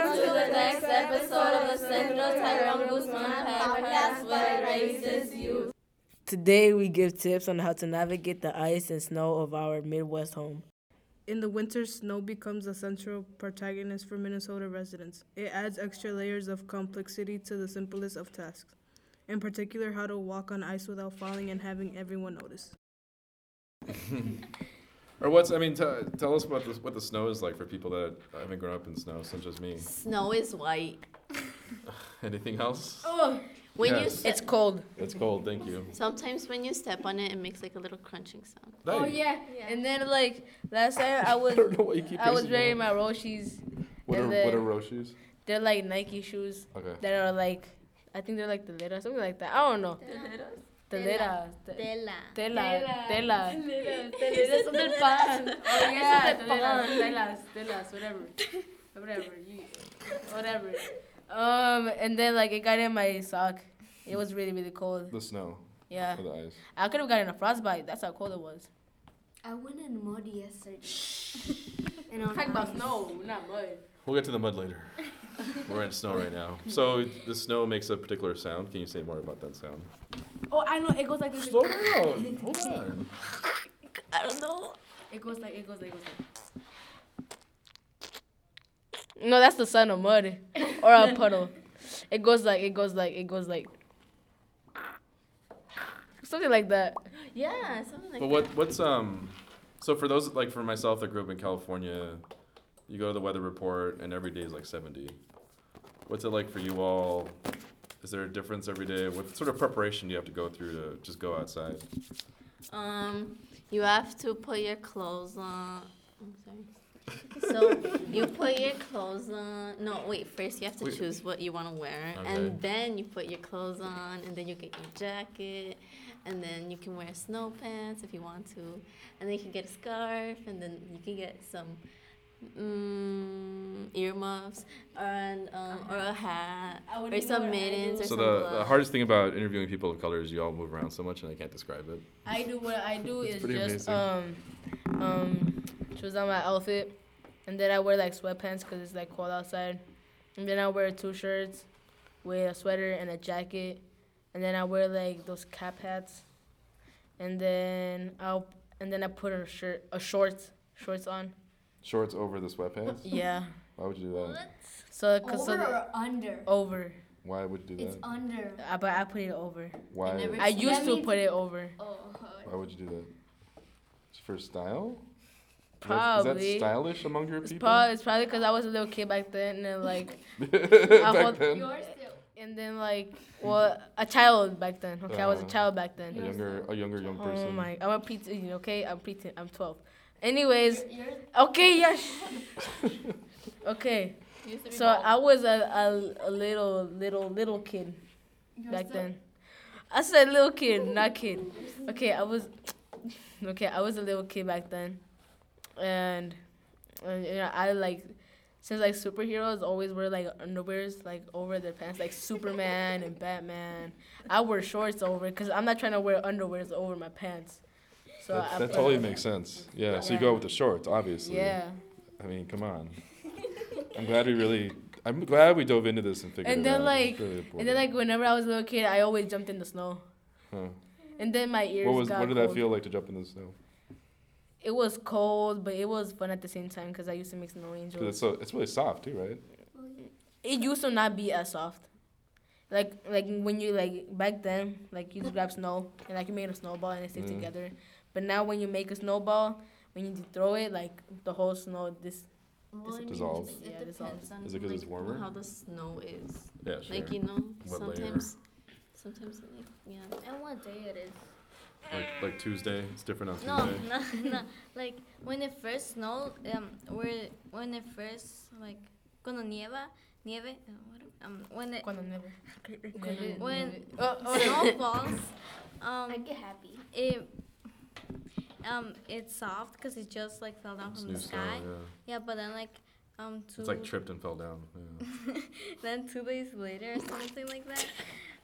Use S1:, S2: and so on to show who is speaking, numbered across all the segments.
S1: next episode of the Central Tyrone Guzman podcast where racist you.
S2: Today, we give tips on how to navigate the ice and snow of our Midwest home.
S3: In the winter, snow becomes a central protagonist for Minnesota residents. It adds extra layers of complexity to the simplest of tasks, in particular, how to walk on ice without falling and having everyone notice.
S4: Or what's I mean? T- tell us about this, what the snow is like for people that haven't grown up in snow, such as me.
S5: Snow is white.
S4: Anything else?
S1: Oh.
S5: When you
S4: Yes.
S5: step,
S2: cold.
S4: It's cold. Thank you.
S5: sometimes when you step on it, it makes like a little crunching sound.
S1: Oh
S4: Hey,
S1: yeah. and then like last time I
S4: I
S1: was
S4: don't know why you keep.
S1: I was
S4: raising
S1: wearing
S4: your
S1: my Roshis.
S4: What are
S1: and the-
S4: what are Roshis?
S1: They're like Nike shoes
S4: Okay.
S1: that are like I think they're like the leda something like that. I don't know. The leda. Tela. Tela. Tela. Son del pan. Oh yeah. Son del pan. Telas. Telas. Whatever. Whatever. You, whatever. Um and then like it got in my sock. It was really really cold.
S4: The snow
S1: Yeah.
S4: or the ice.
S1: I could have gotten a frostbite. That's how cold it was.
S6: I went in mud yesterday. and on
S1: Talk
S6: ice.
S1: about snow, not mud.
S4: We'll get to the mud later. We're in snow right now. So the snow makes a particular sound. Can you say more about that sound?
S1: Oh, I know. It goes like this.
S4: Slow down. Hold on.
S5: I don't know.
S1: It goes like it goes like it goes like. No, that's the sound of mud or a puddle. It goes like it goes like it goes like something like that.
S5: Yeah, something like
S4: But what what's um? So for those like for myself that grew up in California, you go to the weather report and every day is like seventy. What's it like for you all? Is there a difference every day? What sort of preparation do you have to go through to just go outside?
S5: that. Um, you have to put your clothes on. I'm sorry. So you put your clothes on. No, wait. First, you have to
S4: Wait.
S5: choose what you want to wear,
S4: Okay.
S5: and then you put your clothes on, and then you get your jacket, and then you can wear snow pants if you want to, and then you can get a scarf, and then you can get some mm, earmuffs, and um, or a hat,
S1: I wouldn't
S5: or
S1: even
S5: some
S1: wear
S5: mittens, or
S4: So
S5: some
S4: the, the
S5: gloves.
S4: hardest thing about interviewing people of color is you all move around so much and I can't describe it.
S1: I do what I do
S4: It's
S1: is
S4: pretty
S1: just
S4: amazing.
S1: um um choose out my outfit, and then I wear like sweatpants because it's like cold outside, and then I wear two shirts with a sweater and a jacket, and then I wear like those cap hats, and then I'll and then I put a shirt a shorts shorts on.
S4: Shorts over the sweatpants?
S1: Yeah.
S4: Why would you do that?
S1: So
S6: Over
S1: cause so the-
S6: or under?
S1: over,
S4: Why would you do
S6: It's
S4: that?
S6: under.
S1: I, but I put it over.
S4: Why
S5: I never-
S4: why
S1: I
S5: That
S1: used to
S6: means-
S1: put it over.
S6: Oh,
S4: would you do that? It's for style? Is that- Is that
S1: Probably.
S4: stylish among your
S1: It's
S4: people?
S1: probably it's probably because I was a little kid back then, and like
S4: Back
S1: hold-
S4: then?
S6: yours too.
S1: And then like, well, a child back then. Okay, I was a
S4: Uh,
S1: child back then.
S4: A younger a younger young person.
S1: Oh my! I'm a preteen. Okay, I'm preteen. I'm 12. Anyways,
S6: Yours.
S1: okay, yes. okay, so I was a, a, a little little little kid
S6: yours
S1: back
S6: too.
S1: then. I said little kid, not kid. Okay, I was okay. I was a little kid back then, and, and you know I like since like superheroes always wear like underwears like over their pants, like Superman and Batman. I wear shorts over because I'm not trying to wear underwears over my pants. So I
S4: That, that
S1: put-
S4: totally makes sense. Yeah, so you go
S1: Yeah.
S4: with the shorts, obviously.
S1: Yeah,
S4: I mean, come on. I'm glad we really. I'm glad we dove into this and figured
S1: and
S4: it
S1: then
S4: out.
S1: like
S4: It's really
S1: and then
S4: important.
S1: like whenever I was a little kid, I always jumped in the snow,
S4: Huh.
S1: and then my ears
S4: What was?
S1: got
S4: What did
S1: cold.
S4: that feel like to jump in the snow?
S1: It was cold, but it was fun at the same time because I used to make snow
S4: 'Cause
S1: angels.
S4: it's so. It's really soft too, right?
S1: it used to not be as soft. Like like when you like back then, like you just grab snow and like you made a snowball and it sticks
S4: Mm.
S1: together. But now when you make a snowball, when you throw it, like the whole snow this
S5: Well, I mean,
S4: dissolves.
S5: it's-
S1: Yeah,
S5: It
S1: dissolves.
S5: depends on
S4: Is it 'cause it's
S5: like,
S4: warmer?
S5: How the snow is.
S4: Yeah, sure.
S5: Like you know,
S4: What layer?
S5: sometimes, sometimes like yeah.
S7: And what day it is?
S4: like, like Tuesday. It's different on
S7: No,
S4: Tuesday.
S7: no, no. Like when it first snowed, um, where when it first like cuando nieva, nieve, uh, what- um, when it
S1: cuando never.
S7: when, uh,
S1: Oh,
S7: snow falls,
S6: I
S7: um,
S6: get happy.
S7: it um it's soft because it just like fell down
S4: It's
S7: from
S4: new
S7: the
S4: snow.
S7: sky.
S4: Yeah.
S7: Yeah, but then like um two
S4: It's like tripped and fell down. Yeah.
S7: then two days later or something like that,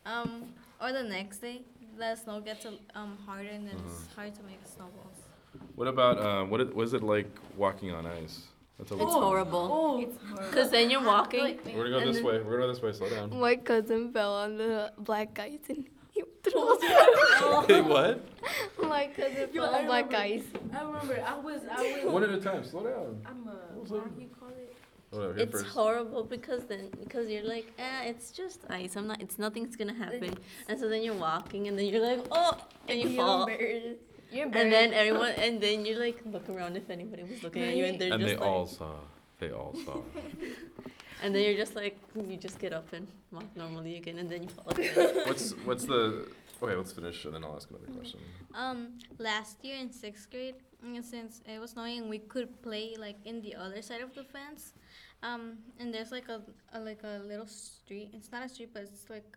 S7: um, or the next day, the snow gets um harder and
S6: Uh-huh.
S7: then it's hard to make snowballs.
S4: uh, What about um, what? It, was it like walking on ice? That's a
S5: It's
S4: walk.
S5: horrible.
S6: Oh,
S5: Because then you're walking.
S4: We're gonna go
S5: And
S4: this
S5: then-
S4: way. We're gonna go this way. Slow down.
S8: My cousin fell on the black ice and he threw
S4: Hey, what?
S5: Oh
S8: My cousin
S6: Yo,
S8: fell
S6: I
S8: on black
S6: remember.
S8: ice.
S6: I remember. I was. I was.
S4: One at a time. Slow down.
S6: I'm a.
S4: What was
S6: What
S4: that?
S6: do you call it?
S4: Whatever. Here
S5: It's
S4: first.
S5: horrible because then because you're like, eh, it's just ice. I'm not. It's nothing's gonna happen. And so then you're walking, and then you're like, oh, and you fall.
S7: You're
S5: And then everyone, and then you like look around if anybody was looking at you, and they're
S4: And
S5: just
S4: they
S5: like,
S4: all saw. They all saw.
S5: and then you're just like, "Hmm, you just get up and walk normally again, and then you fall again.
S4: what's what's the? Okay, let's finish and then I'll ask another question.
S7: Um, last year in sixth grade, mm, since it was snowing, we could play like in the other side of the fence. Um, and there's like a, a like a little street. It's not a street, but it's like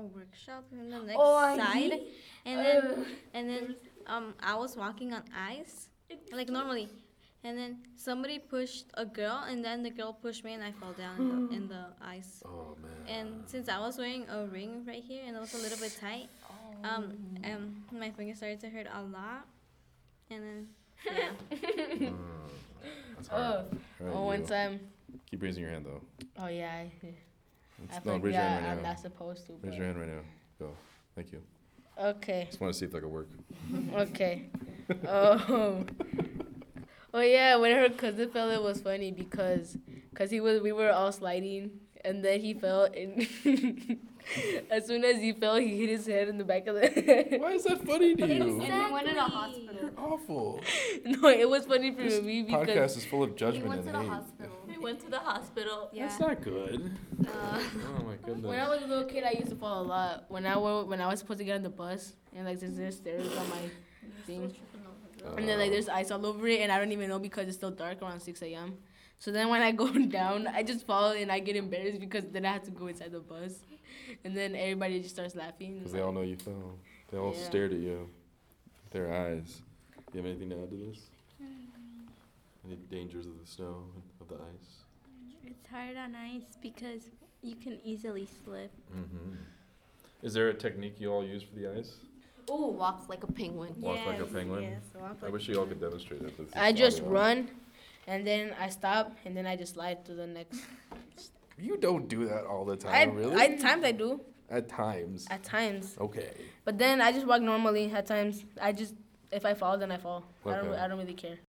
S7: a workshop on the next side. And then and then um, I was walking on ice, like normally. And then somebody pushed a girl, and then the girl pushed me, and I fell down in the, in the ice.
S4: Oh man.
S7: And since I was wearing a ring right here and it was a little bit tight, um,
S8: Mm.
S7: um, my finger started to hurt a lot. And then, yeah.
S4: That's hard.
S1: Oh,
S4: Alright,
S1: oh, one
S4: Hmm. you.
S1: time.
S4: Keep raising your hand though.
S1: Oh yeah, I, I
S4: It's- no, raise your
S1: forgot.
S4: hand right
S1: I'm
S4: now.
S1: not supposed to.
S4: Raise your hand right now. Go. Thank you.
S1: but- Okay.
S4: Just want to see if that could work.
S1: Okay. Oh. Oh yeah, when her cousin fell, it was funny because, cause he was we were all sliding, and then he fell, and as soon as he fell, he hit his head in the back of the. head.
S4: Why is that funny to you?
S6: And we went to the hospital.
S4: You're awful.
S1: no, it was funny for
S4: This
S1: me because
S4: Podcast is full of
S6: We
S4: judgment
S6: went to
S4: and
S6: the
S4: hate.
S6: hospital.
S5: we went to the hospital.
S6: Yeah.
S4: That's not good. oh my
S1: when
S4: goodness.
S1: I was a little kid, I used to fall a lot. When I wa- when I was supposed to get on the bus, and like there's, there's stairs on my thing. And then like there's ice all over it, and I don't even know because it's still dark around 6 a.m. So then when I go down, I just fall and I get embarrassed because then I have to go inside the bus, and then everybody just starts laughing.
S4: Because they all know you fell. They all
S1: Yeah.
S4: stared at you. with Their eyes. You have anything to add to this? Any dangers of the snow and of the ice?
S8: It's hard on ice because you can easily slip.
S4: Mm-hmm. Is there a technique you all use for the ice?
S5: Ooh, walk like a penguin.
S4: Walk like a penguin. I wish you all could demonstrate it. but it's
S1: I just
S4: audio.
S1: run, and then I stop, and then I just slide to the next.
S4: You don't do that all the time,
S1: I,
S4: really.
S1: I times I do
S4: at times.
S1: at times,
S4: okay.
S1: but then I just walk normally. At times I just if I fall then I fall. I don't
S4: Okay.
S1: I don't really care.